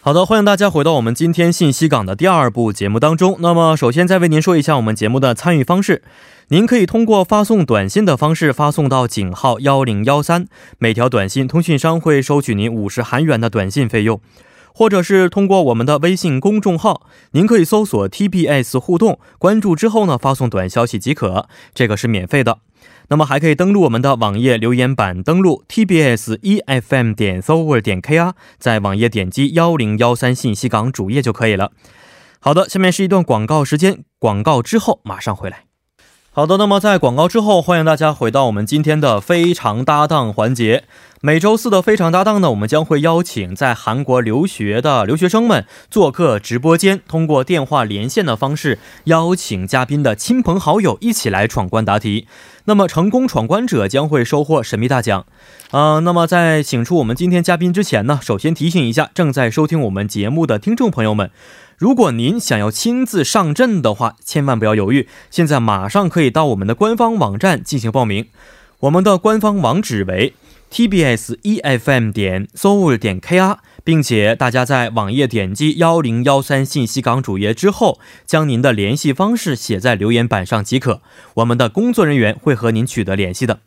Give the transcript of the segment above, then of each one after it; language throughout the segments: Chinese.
好的，欢迎大家回到我们今天信息港的第二部节目当中。那么，首先再为您说一下我们节目的参与方式。您可以通过发送短信的方式发送到井号幺零幺三，每条短信通讯商会收取您五十韩元的短信费用，或者是通过我们的微信公众号，您可以搜索 TBS 互动，关注之后呢发送短消息即可，这个是免费的。那么还可以登录我们的网页留言板，登录 tbs efm E 点 s o v e r 点 kr，在网页点击幺零幺三信息港主页就可以了。好的，下面是一段广告时间，广告之后马上回来。好的，那么在广告之后，欢迎大家回到我们今天的非常搭档环节。每周四的非常搭档呢，我们将会邀请在韩国留学的留学生们做客直播间，通过电话连线的方式，邀请嘉宾的亲朋好友一起来闯关答题。那么成功闯关者将会收获神秘大奖。啊、那么在请出我们今天嘉宾之前呢，首先提醒一下正在收听我们节目的听众朋友们，如果您想要亲自上阵的话，千万不要犹豫，现在马上可以到我们的官方网站进行报名。我们的官方网址为 tbs efm 点 soul 点 kr，并且大家在网页点击幺零幺三信息港主页之后，将您的联系方式写在留言板上即可，我们的工作人员会和您取得联系的。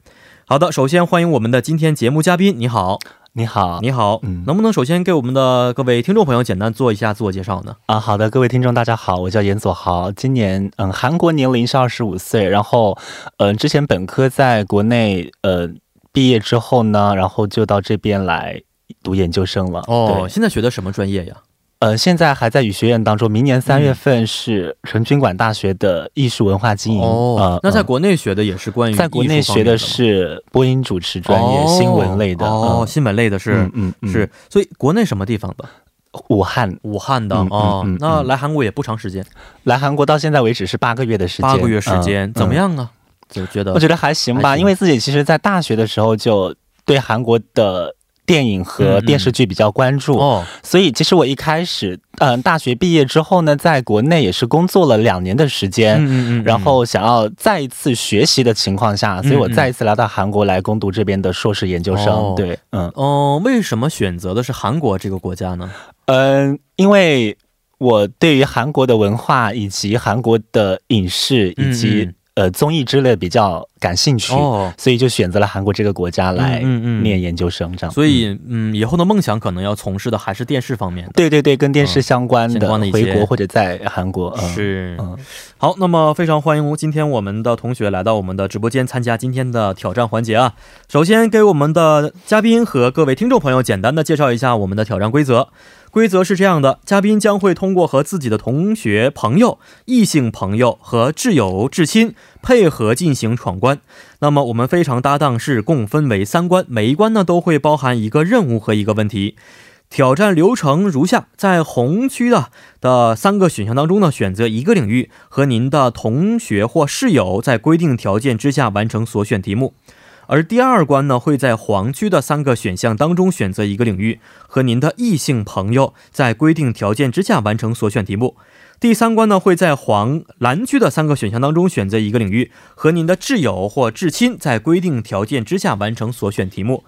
好的，首先欢迎我们的今天节目嘉宾，你好，你好，你好，嗯能不能首先给我们的各位听众朋友简单做一下自我介绍呢？啊，好的，各位听众，大家好，我叫严佐豪，今年嗯，韩国年龄是二十五岁，然后嗯、之前本科在国内呃毕业之后呢，然后就到这边来读研究生了。哦，对，现在学的什么专业呀？呃，现在还在语学院当中，明年三月份是成均馆大学的艺术文化经营。哦呃，那在嗯国内学的也是关于在国艺内术方学面的吗是播音主持专业，哦新闻类的。哦，嗯新闻类的是、嗯嗯嗯是，所以国内什么地方的？武汉武汉的嗯嗯哦、嗯嗯那来韩国也不长时间，来韩国到现在为止是八个月的时间，八个月时间、嗯怎么？嗯样啊？就觉得我觉得还行还吧，行因为自己其实，在大学的时候就对韩国的电影和嗯嗯电视剧比较关注，哦所以其实我一开始，嗯、大学毕业之后呢，在国内也是工作了两年的时间。嗯嗯嗯，然后想要再一次学习的情况下，所以我再一次来到韩国来攻读这边的硕士研究生。嗯哦对，嗯哦、为什么选择的是韩国这个国家呢？嗯、因为我对于韩国的文化以及韩国的影视以及、嗯嗯呃综艺之类比较感兴趣，哦，所以就选择了韩国这个国家来嗯嗯嗯念研究生，这样。所以嗯，以后的梦想可能要从事的还是电视方面的。对对对，跟电视相关嗯相的，关的一些回国或者在韩国，嗯、是嗯，呃好，那么非常欢迎今天我们的同学来到我们的直播间参加今天的挑战环节啊。首先给我们的嘉宾和各位听众朋友简单的介绍一下我们的挑战规则。规则是这样的，嘉宾将会通过和自己的同学、朋友、异性朋友和挚友、至亲配合进行闯关。那么我们非常搭档是共分为三关，每一关呢都会包含一个任务和一个问题。挑战流程如下：在红区的的三个选项当中呢，选择一个领域和您的同学或室友在规定条件之下完成所选题目。而第二关呢，会在黄区的三个选项当中选择一个领域和您的异性朋友在规定条件之下完成所选题目。第三关呢，会在黄蓝区的三个选项当中选择一个领域和您的挚友或至亲在规定条件之下完成所选题目。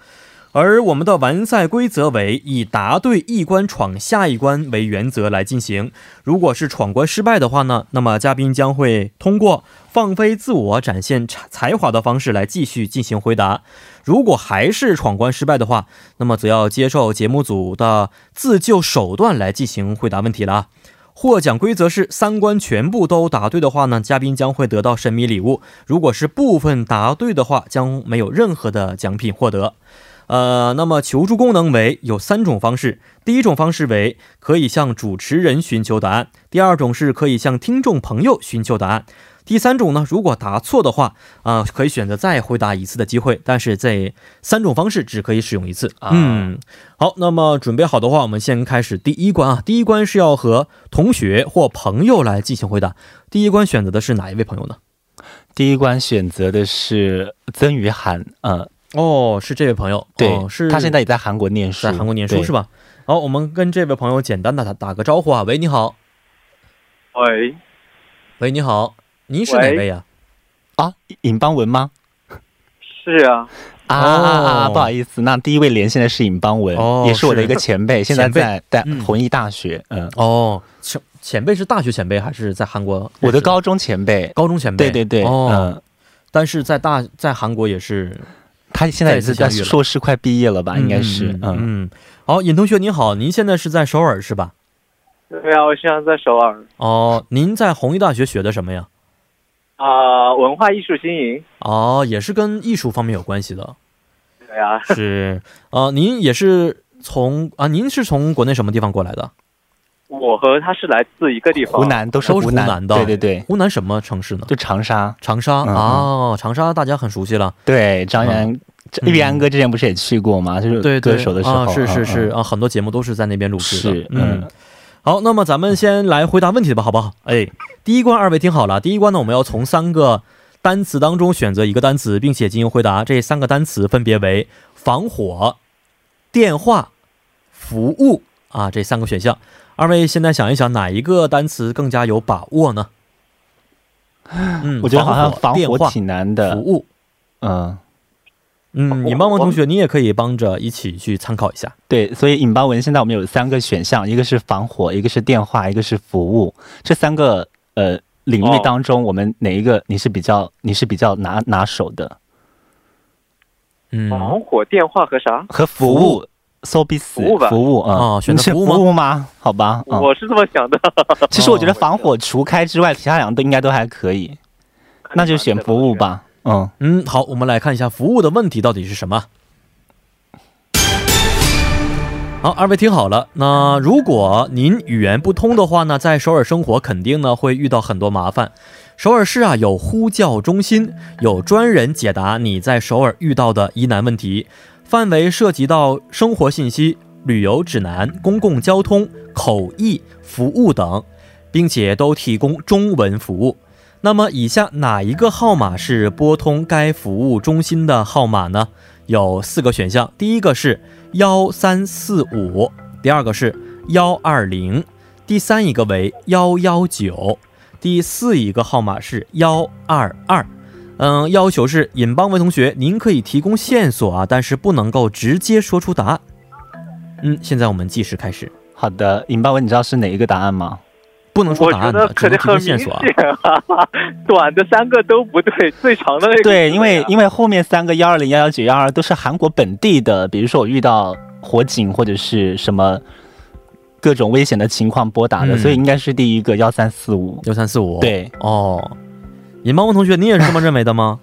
而我们的完赛规则为以答对一关闯下一关为原则来进行。如果是闯关失败的话呢，那么嘉宾将会通过放飞自我、展现才才华的方式来继续进行回答。如果还是闯关失败的话，那么则要接受节目组的自救手段来进行回答问题了啊。获奖规则是三关全部都答对的话呢，嘉宾将会得到神秘礼物；如果是部分答对的话，将没有任何的奖品获得。呃，那么求助功能为有三种方式，第一种方式为可以向主持人寻求答案，第二种是可以向听众朋友寻求答案，第三种呢，如果答错的话，啊、可以选择再回答一次的机会，但是这三种方式只可以使用一次。啊嗯，好，那么准备好的话，我们先开始第一关啊，第一关是要和同学或朋友来进行回答，第一关选择的是哪一位朋友呢？第一关选择的是曾宇涵，嗯、哦，是这位朋友，对，哦是他现在也在韩国念书，在韩国念书对是？吧？好，我们跟这位朋友简单的打打个招呼啊。喂，你好，喂，喂，你好，您是哪喂位呀、啊，尹邦文吗？是啊，啊啊啊！不好意思，那第一位连线的是尹邦文、哦也是我的一个是 前辈，现在前辈在在嗯弘毅大学，嗯，哦，前前辈是大学前辈还是在韩国？我的高中前辈，高中前辈，对对对，嗯哦，嗯，但是在大在韩国也是，他现在也再一次是相在遇了硕士快毕业了啊吧，应该是，嗯嗯，嗯。好，尹同学您好，您现在是在首尔是吧？对啊，我现在在首尔哦，您在弘毅大学学的什么呀？啊、文化艺术经营。哦，也是跟艺术方面有关系的，对啊， 是啊、您也是从啊，您是从国内什么地方过来的？我和他是来自一个地方，湖南都是都是湖南，南的对对对，湖南什么城市呢？就长沙，长沙嗯嗯哦，长沙大家很熟悉了，对，张元，玉安哥之前不是也去过吗？就是嗯对对，歌手的时啊候，是是嗯是嗯啊，很多节目都是在那边录制的，是，嗯嗯。好，那么咱们先来回答问题吧，好不好？哎，第一关二位听好了，第一关呢，我们要从三个单词当中选择一个单词，并且进行回答。这三个单词分别为防火、电话、服务啊，这三个选项。二位现在想一想，哪一个单词更加有把握呢？嗯，我觉得好像防防电火话、挺难服的，务。嗯。嗯，尹邦邦同学，你也可以帮着一起去参考一下。对，所以引爆文现在我们有三个选项，一个是防火，一个是电话，一个是服务。这三个呃领域哦当中，我们哪一个你是比较你是比较拿拿手的？嗯，防火电话和啥？和服服务，so be 死服务吧服务啊，哦选择你是服服务吗务吗？好吧，嗯，我是这么想的。其实我觉得防火除开之外，其他两个都应该都还可以，那就选服务。 吧。嗯，嗯，好，我们来看一下服务的问题到底是什么。好，二位听好了。那如果您语言不通的话呢，在首尔生活肯定呢会遇到很多麻烦。首尔市啊有呼叫中心，有专人解答你在首尔遇到的疑难问题，范围涉及到生活信息、旅游指南、公共交通、口译服务等，并且都提供中文服务。那么以下哪一个号码是拨通该服务中心的号码呢？有四个选项，第一个是幺三四五，第二个是幺二零，第三一个为幺幺九，第四一个号码是幺二二。嗯，要求是尹邦文同学，您可以提供线索啊，但是不能够直接说出答案。嗯，现在我们计时开始，好的，引爆文，你知道是哪一个答案吗？不能说我答觉案得的，只肯能提定很供明线索啊。显啊， 短的三个都不对，最长 的那个对，因为为因为后面三个幺二零、幺幺九、幺二都是韩国本地的，比如说我遇到火警或者是什么各种危险的情况拨打的，嗯所以应该是第一个幺三四五。幺三四五，对，哦，尹邦文同学，你也是这么认为的吗？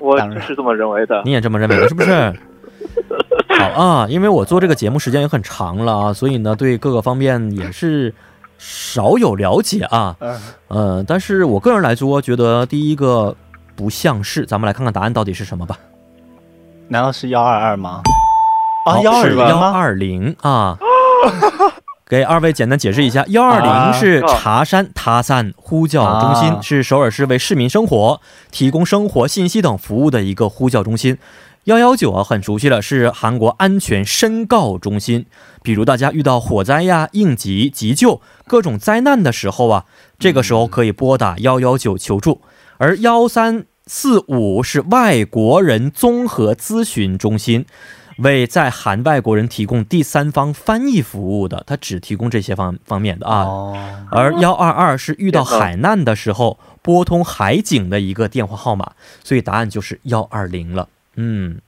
我就是这么认为的。你也这么认为的，是不是？好啊，因为我做这个节目时间也很长了啊，所以呢，对各个方面也是少有了解啊。呃，但是我个人来说，觉得第一个不像是，咱们来看看答案到底是什么吧。难道是幺二二吗？好啊，幺二哦是零幺吗？二零啊。 给二位简单解释一下，幺二啊零是茶山塔散呼叫中心，啊是首尔市为市民生活提供生活信息等服务的一个呼叫中心。幺幺九啊，很熟悉了，是韩国安全申告中心。比如大家遇到火灾呀、应急急救各种灾难的时候啊，这个时候可以拨打幺幺九求助。而幺三四五是外国人综合咨询中心，为在韩外国人提供第三方翻译服务的，它只提供这些方方面的啊。哦，而幺二二是遇到海难的时候拨通海警的一个电话号码，所以答案就是幺二零了。嗯，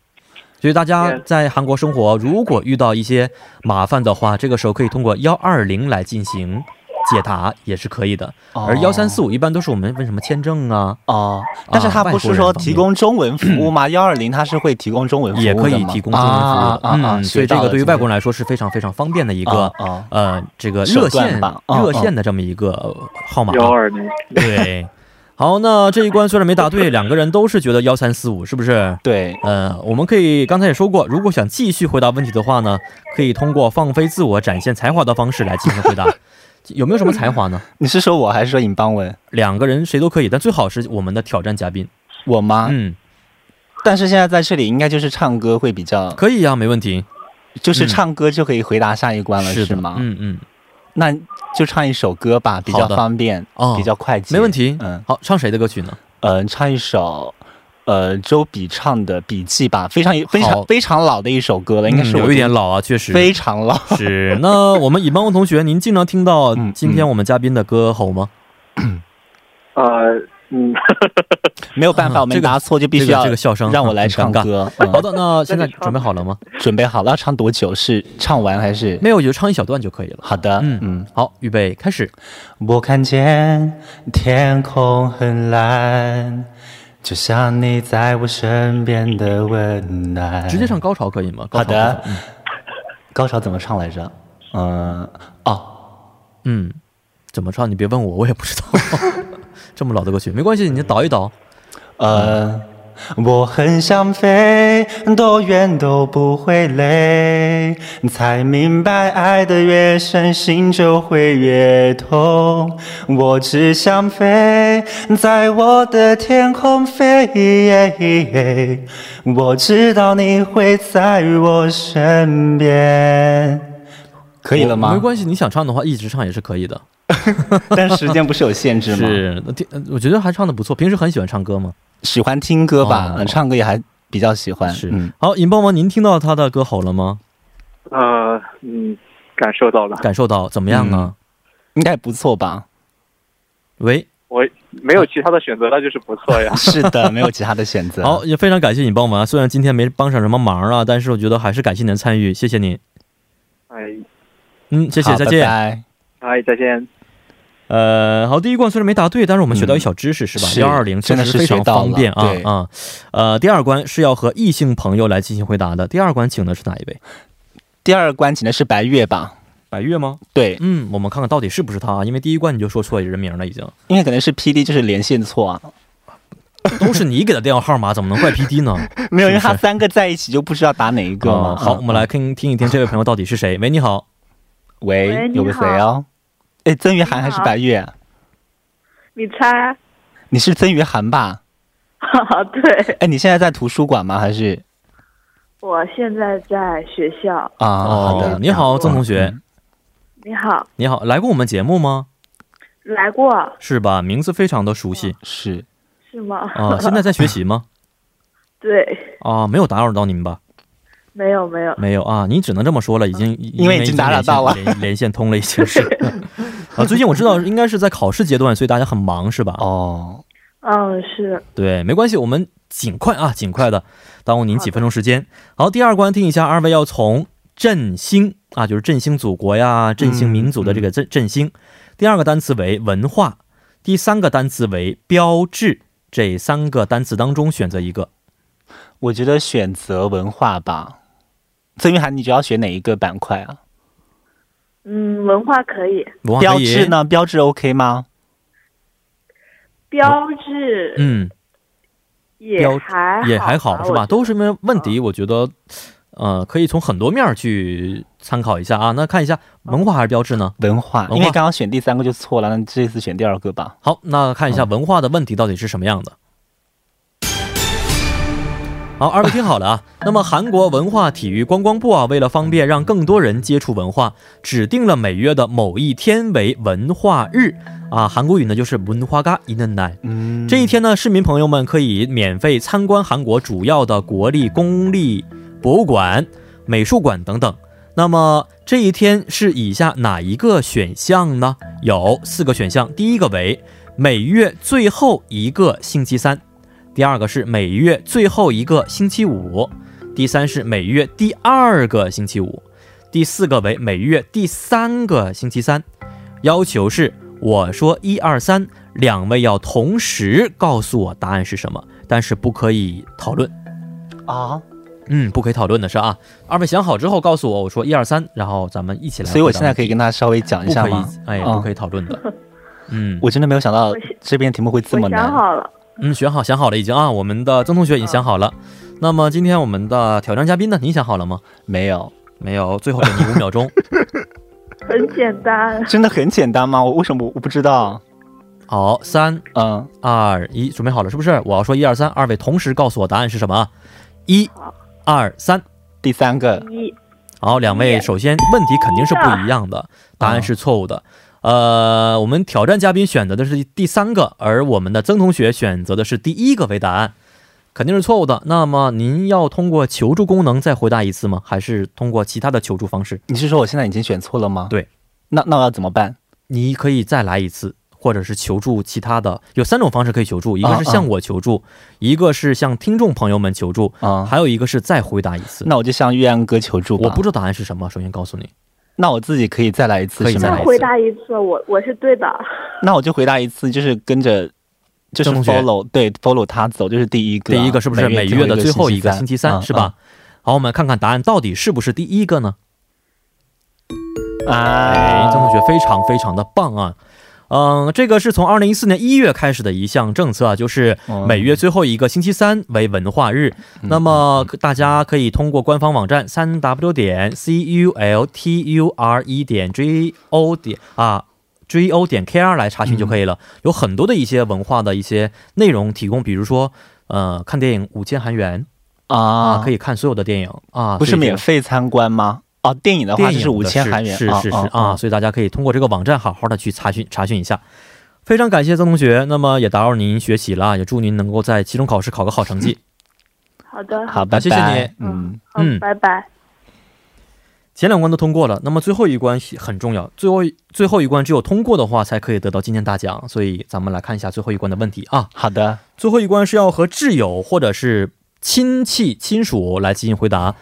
所以大家在韩国生活，如果遇到一些麻烦的话，这个时候可以通过幺二零来进行解答，也是可以的。哦而幺三四五五一般都是我们问什么签证啊，哦，但是啊他不是说提供中文服 务吗？幺二零他是会提供中文服务的也吗可以提供中文服务的。啊啊啊啊嗯，所以这个对于外国人人来说是非常非常方便的一个、啊呃这个手热段线、吧嗯热线的这么一个呃号码。幺二零， 对，好，那这一关虽然没答对，两个人都是觉得幺三四五，是不是？对，呃，我们可以刚才也说过，如果想继续回答问题的话呢，可以通过放飞自我、展现才华的方式来进行回 答。有没有什么才华呢？你是说我还是说尹邦文？两个人谁都可以，但最好是我们的挑战嘉宾。我吗？嗯，但是现在在这里应该就是唱歌会比较，可以呀、啊没问题。就是唱歌就可以回答下一关嗯了，是是的吗？嗯嗯，那就唱一首歌吧，比好较的方便，哦比较快捷，没问题。嗯好，唱谁的歌曲呢？嗯、呃唱一首呃周笔畅的《笔记》吧，非常非好常非常老的一首歌了，应该是嗯我有一点老啊，确实非常老。是。那我们乙班同学，您经常听到嗯今天我们嘉宾的歌喉吗？呃，嗯，没有办法，啊我 这们个答错就必须这个要这个笑声让我来很唱尴尬歌。好嗯，的，那现在那就唱准备好了吗？准备好了，要唱多久？是唱完还是？没有，就唱一小段就可以了。好的，嗯嗯嗯。好，预备开始。我看见天空很蓝，就像你在我身边的温暖。直接唱高潮可以吗？高哎好潮嗯的，，高潮怎么唱来着？嗯，哦，嗯，怎么唱你别问我，我也不知道。 这么老的歌曲没关系，你倒一倒。呃，我很想飞，多远都不会累，才明白爱的越深，心就会越痛。我只想飞，在我的天空飞。我知道你会在我身边。可以了没吗？关系，你想唱的话一直唱也是可以的。但时间不 是有限制吗？是，那听，呃我觉得还唱的不错。平时很喜欢唱歌吗？喜欢听歌吧，哦嗯唱歌也还比较喜欢。是。嗯好，尹帮忙，您听到他的歌喉了吗？呃，嗯，感受到了，感受到怎么样嗯呢？应该不错吧？。喂，我没有其他的选择，那就是不错 呀是的，没有其他的选择。好，也非常感谢尹帮忙。虽然今天没帮上什么忙啊，但是我觉得还是感谢您的参与，谢谢您。哎，嗯，谢好，谢，再见。拜拜哎，再见。呃，好，第一关虽然没答对，但是我们学到一小知识、是吧？是幺二零真的是非常学到了方便啊对啊、呃，第二关是要和异性朋友来进行回答的。第二关请的是哪一位？第二关请的是白月吧？白月吗？对，嗯，我们看看到底是不是他啊？因为第一关你就说错人名了，已 经因为可能是 P D 就是连线错啊，都是你给的电话号码，怎么能怪 P D 呢？没有，因为是他不是三个在一起就不知道打哪一个嘛。啊哦好，我们来，来听听一听这位朋友到底是谁。喂，你好，喂喂，你有个谁哦？哎，曾雨涵还是白月？你猜？你是曾雨涵吧？ 对，哎，你现在在图书馆吗？还是我现在在学校。啊？好哦的，你好，曾同学，嗯你好，你好，来过我们节目吗？来过是吧？名字非常的熟悉是是吗？啊、现在在学习吗？ 对，啊、没有打扰到您吧？没有没有，没有啊，你只能这么说了，已经啊因为已经打扰到了连线连连线通了，已经 是。啊，最近我知道应该是在考试阶段，所以大家很忙是吧？哦，嗯，是对，没关系，我们尽快啊，尽快的，耽误您几分钟时间。好，第二关听一下，二位要从振兴啊，就是振兴祖国呀，振兴民嗯族的这个振振兴。第二个单词为文化，第三个单词为标志，这三个单词当中选择一个。我觉得选择文化吧。曾雨涵，你主要选哪一个板块啊？嗯，文化可以，文化标可以志？呢？标志 OK 吗？标志嗯，也标还也还好是吧？我觉得嗯都是因为问题，我觉得，呃，可以从很多面儿去参考一下啊。那看一下嗯文化还是标志呢？文化，化因为刚刚选第三个就错了，那这次选第二个吧。好，那看一嗯下文化的问题到底是什么样的。好，二位听好了 啊。那么韩国文化体育观光部啊，为了方便让更多人接触文化，指定了每月的某一天为文化日啊。韩国语呢就是文化가이는 날。嗯这一天呢，市民朋友们可以免费参观韩国主要的国立、公立博物馆、美术馆等等。那么这一天是以下哪一个选项呢？有四个选项，第一个为每月最后一个星期三，第二个是每月最后一个星期五，第三是每月第二个星期五，第四个为每月第三个星期三。要求是我说一二三，两位要同时告诉我答案是什么，但是不可以讨论。啊，嗯，不可以讨论的是啊，二位想好之后告诉我，我说一二三，然后咱们一起来回答。所以我现在可以跟大家稍微讲一不下可以吗？？哎，嗯不可以讨论 的。嗯，我真的没有想到我想这边题目会这么我想难。好了，嗯，选好想好了已经啊，我们的曾同学也想好了。那么今天我们的挑战嘉宾呢？你想好了吗？没有，没有，最后给你五秒 钟。很简单，真的很简单吗？我为什么我不知道？好，三嗯，二一，准备好了是不是？我要说一二三，二位同时告诉我答案是什么啊？一好，二三。第三呃个一好，两位，耶首先问题肯定是啊不一样的，答案是错误的。呃，我们挑战嘉宾选择的是第三个，而我们的曾同学选择的是第一个为答案。肯定是错误的。那么您要通过求助功能再回答一次吗？还是通过其他的求助方式？你是说我现在已经选错了吗？对，那那我要怎么办？你可以再来一次，或者是求助其他的。有三种方式可以求助，一个是向我求助，一个是向听众朋友们求助，啊、还有一个是再回答一次。那我就向玉安哥求助吧。我不知道答案是什么，首先告诉你，那我自己可以再来一次，可以是再吗来？回答一次，我我是对的。那我就回答一次，就是跟着，就是郑同学 follow 对 follow 他走，就是第一个啊，第一个是不是每月月的最后一个个星期三，嗯是吧？好，我们看看答案到底是不是第一个呢？嗯哎，啊，曾同学非常非常的棒啊！嗯，这个是从二零一四年一月开始的一项政策啊，就是每月最后一个星期三为文化日。那么大家可以通过官方网站三 w 点 c u l t u r e 点 g o 点啊。g o 点 k r 来查询就可以了、有很多的一些文化的一些内容提供，比如说，呃，看电影五千韩元啊，啊，可以以看所有的电影啊，不是所以这个免费参观吗？哦，电影的话电就影是五千的韩元，是是是啊啊，所以大家可以通过这个网站好好的去查询查询一下。非常感谢曾同学，那么也打扰您学习了，也祝您能够在期中考试考个好成嗯绩。好的，好，拜拜，啊谢谢你嗯，好嗯拜拜。前两关都通过了，那么最后一关很重要，最后一最后一关只有通过的话才可以得到今天大奖，所以咱们来看一下最后一关的问题啊。好的，最后一关是要和挚友或者是亲戚亲属来进行回答。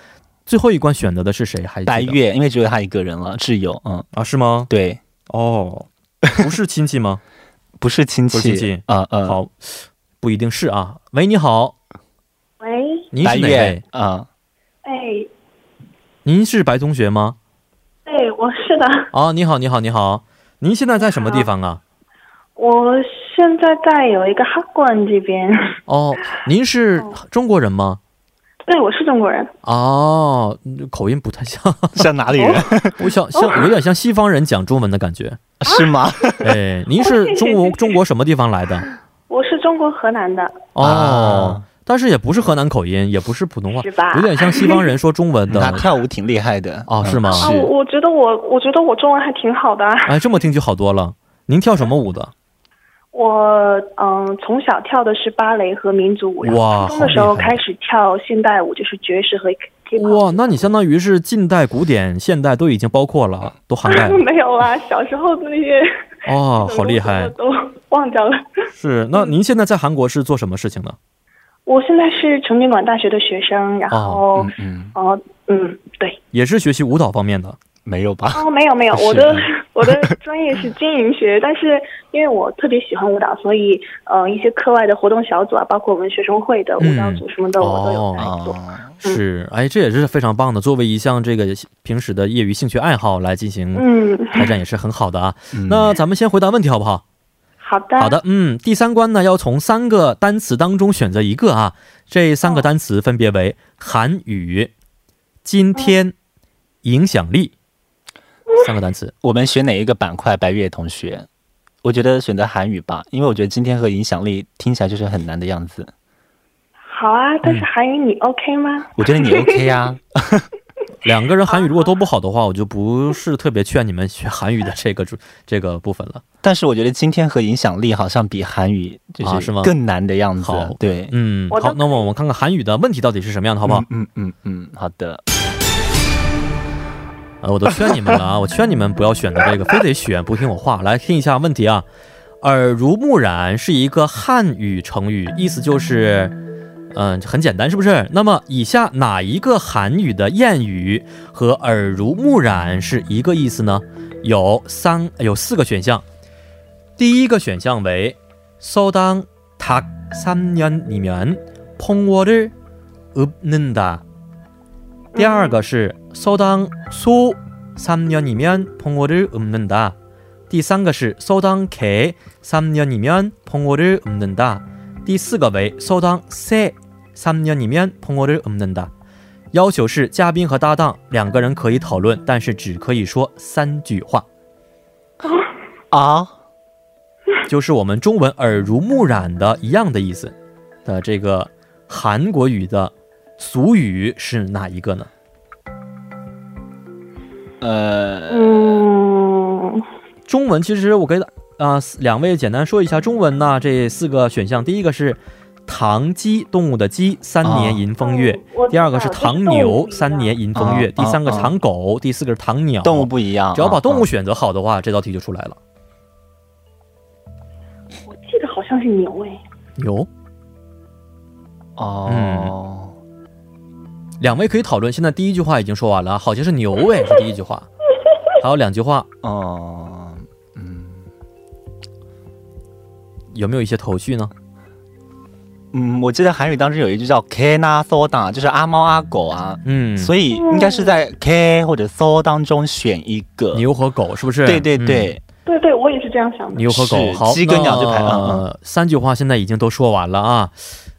最后一关选择的是谁？还记得白月，因为只有他一个人了，挚友，嗯，啊？是吗？对，哦，不是亲戚吗？不是亲不是亲戚戚，啊嗯，好，不一定是啊。喂，你好，喂，您白是哪月位？，嗯，哎，您是白同学吗？对，哎我是的，啊，你好，你好，你好，您现在在什么地方啊？我现在在有一个哈关这边。 哦，您是中国人吗？对，我是中国人。哦，口音不太像，像哪里人？我想像有点像西方人讲中文的感觉。是吗？哎，您是中国中国什么地方来的？我是中国河南的，啊哦，但是也不是河南口音，也不是普通话是，吧有点像西方人说中 文他的。跳舞挺厉害的，哦嗯 是吗啊，我我觉得我我觉得我中文还挺好的啊，哎，这么听就好多了。您跳什么舞的？我嗯从小跳的是芭蕾和民族舞，然后哇初中的时好候厉害开始跳现代舞，就是爵士和 hip 哇，那你相当于是近代、古典、现代都已经包括了，都涵盖 hop。了。 没有啊，小时候的那些哦，好厉我害！都忘掉了。是，那您现在在韩国是做什么事情呢？我现在是成均馆大学的学生，然后嗯嗯，哦嗯对也是学习舞蹈方面的。没有吧？哦没有没有，是我的 我的专业是经营学，但是因为我特别喜欢舞蹈，所以呃一些课外的活动小组啊，包括我们学生会的舞蹈嗯组什么的，我都有在做。哦，是，哎，这也是非常棒的。作为一项这个平时的业余兴趣爱好来进行嗯，开展，也是很好的啊。嗯那咱们先回答问题好不好？好的，好，的，嗯，第三关呢要从三个单词当中选择一个啊。这三个单词分别为韩语、今天、影响力三个单词。我们选哪一个板块？白月同学，我觉得选择韩语吧，因为我觉得今天和影响力听起来就是很难的样子。好嗯啊。但是韩语你 OK 吗？我觉 得你 OK 啊，两个人韩语如果都不好的话，我就不是特别劝你们学韩语的这个主 这个部分了。但是我觉得今天和影响力好像比韩语就啊是是吗更难的样子。好对，嗯，我都好，那么我们看看韩语的问题到底是什么样的，好不好？嗯嗯嗯，好的。呃，我都劝你们了啊， 我劝你们不要选择这个，非得选不听我话。来听一下问题啊，耳濡目染是一个汉语成语，意思就是，嗯、很简单，是不是？那么以下哪一个韩语的谚语和耳濡目染是一个意思呢？有三有四个选项，第一个选项为소당닭삼년이면퐁워를읊는다。第二个是소당소3년이면퐁어를읊는다。第三个是소당개3년이면퐁어를읊는다。第四个为소당새3년이면퐁어를읊는다。要求是嘉宾和搭档两个人可以讨论，但是只可以说三句话，啊，就是我们中文耳濡目染的一样的意思的这个韩国语的俗语是哪一个呢？呃，嗯，中呃文其实我给啊、两位简单说一下中文呢，这四个选项，第一个是唐鸡动物的鸡，三年迎风月；哦第二个是唐牛，三年迎风月；啊第三个唐狗，第四个是唐鸟。动物不一样，只要把动嗯物选择好的话，这道题就出来了。我记得好像是牛哎，牛，哦，嗯两位可以讨论。现在第一句话已经说完了，好像是牛哎，是第一句话，还有两句话，哦，嗯有没有一些头绪呢？嗯，我记得韩语当中有一句叫 “k na so da”，就是阿猫阿狗啊，嗯，所以应该是在 “k” 或者 “so” 当中选一个。牛和狗是不是？对对嗯对，对对，我也是这样想的。牛和狗，是好，鸡跟鸟就排那嗯呃三句话现在已经都说完了啊，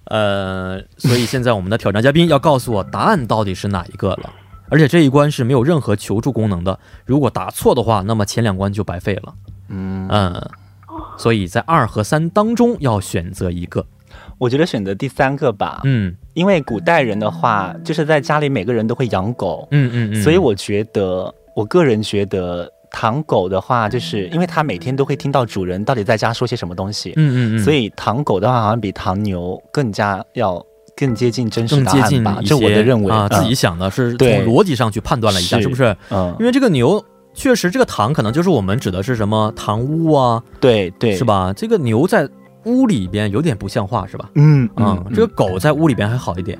呃，所以现在我们的挑战嘉宾要告诉我答案到底是哪一个了，而且这一关是没有任何求助功能的，如果答错的话，那么前两关就白费了。嗯，嗯，所以在二和三当中要选择一个。我觉得选择第三个吧，嗯因为古代人的话，就是在家里每个人都会养狗，嗯嗯嗯，所以我觉得，我个人觉得。唐狗的话，就是因为它每天都会听到主人到底在家说些什么东西，嗯嗯嗯，所以唐狗的话好像比唐牛更加要更接近真实更答接近案吧，一些这我的认为啊，嗯自己想的是从对逻辑上去判断了一下，是是不是？嗯，因为这个牛。确实，这个堂可能就是我们指的是什么堂屋啊，对对，是？吧？这个牛在屋里边有点不像话，是吧？嗯嗯嗯，，这个狗在屋里边还好一点，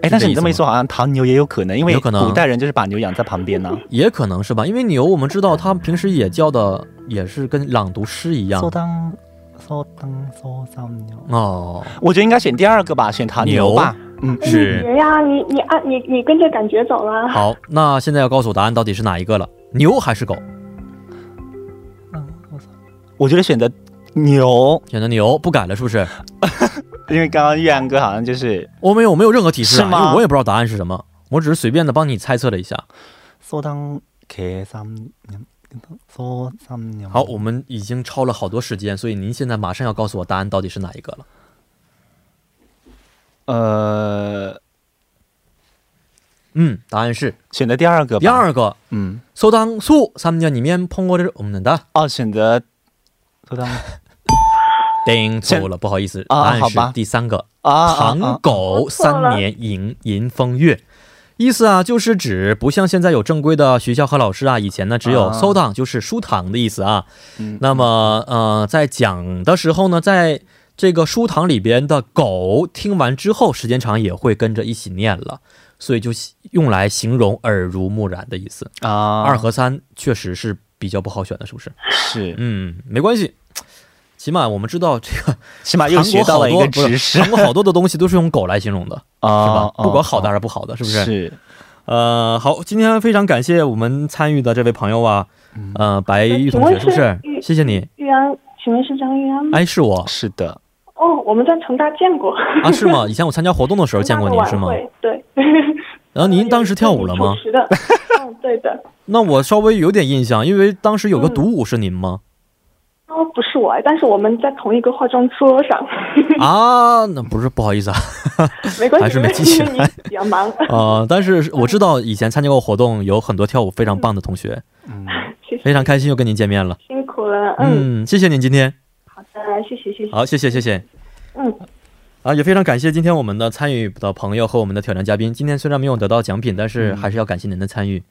哎，但是你这么一是这意思说，好像唐牛也有可能，因为有可能古代人就是把牛养在旁边呢。也可能是吧？因为牛我们知道它平时也叫的也是跟朗读诗一样嗖当嗖当嗖当牛，哦，我觉得应该选第二个吧，选唐牛吧。嗯，哎是你别呀，你你按你你跟着感觉走啦。好，那现在要告诉我答案到底是哪一个了？牛还是狗？我觉得选择牛，选择牛，不改了是不是？因为刚刚玉安哥好像就是我没有，我没有任何提示、啊，是吗因为我也不知道答案是什么，我只是随便的帮你猜测了一下。嗖当 K 三牛，嗖当牛。好，我们已经超了好多时间，所以您现在马上要告诉我答案到底是哪一个了。呃，嗯，答案是选择第二个吧。第，二个。嗯， 소당수 3년이면 펑거를 없는다.哦，选择 嗖当 땡错了,不好意思.啊，答案好吧。是第三个啊，唐狗三年迎迎风月。意思啊，就是指不像现在有正规的学校和老师啊，以前呢只有啊 “so 档”就是书堂的意思啊。嗯那么呃，在讲的时候呢，在这个书堂里边的狗听完之后，时间长也会跟着一起念了，所以就用来形容耳濡目染的意思。啊，二和三确实是比较不好选的，是不是？是，嗯，没关系，起码我们知道这个起啊码又韩学国到好了一多个知识不是韩国好多的东西都是用狗来形 容的，是吧啊？，不管好的还是是不好的，是不是？是，呃，好，今天非常感谢我们参与的这位朋友啊，嗯呃，白玉同学，请问是不是是？玉谢谢你。玉安，请问是张玉安吗？哎，是我是的，哦，我们在成大见过。啊，是吗？以 前我参加活动的时候见过您，是成大的吗晚？会？对。然呃后啊您当时跳舞了吗主？持的，嗯，对的。那我稍微有点印象，因为当时有个独舞是您吗？哦，不是我，但是我们在同一个化妆桌上， 嗯啊，那不是，不好意思啊，没关系，还是没记起来 因为你比较忙。呃，但是我知道以前参加过活动，有很多跳舞非常棒的同学，嗯，谢谢，非常开心又跟您见面了。辛苦了。嗯，哎嗯，谢谢您今天，好的，谢谢，谢谢。好，谢谢谢谢。嗯，啊，也非常感谢今天我们的参与的朋友和我们的挑战嘉宾。今天虽然没有得到奖品，但是还是要感谢您的参与。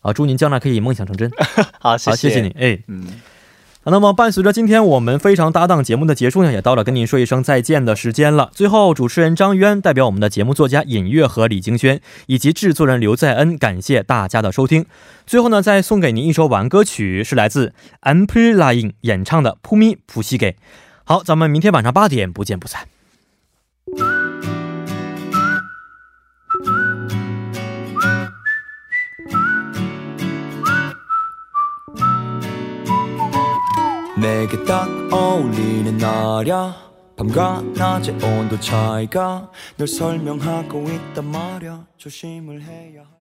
啊，祝您将来可以梦想成真。好，好， 谢谢谢你，，哎。嗯，啊那么，伴随着今天我们非常搭档节目的结束呢，也到了跟您说一声再见的时间了。最后，主持人张渊代表我们的节目作家尹月和李京轩，以及制作人刘在恩，感谢大家的收听。最后呢，再送给您一首晚安歌曲，是来自 a m p r l i n e 演唱的《扑咪扑西给》。好，咱们明天晚上八点不见不散。 내게 딱 어울리는 날야 밤과 낮의 온도 차이가 널 설명하고 있단 말야 조심을 해야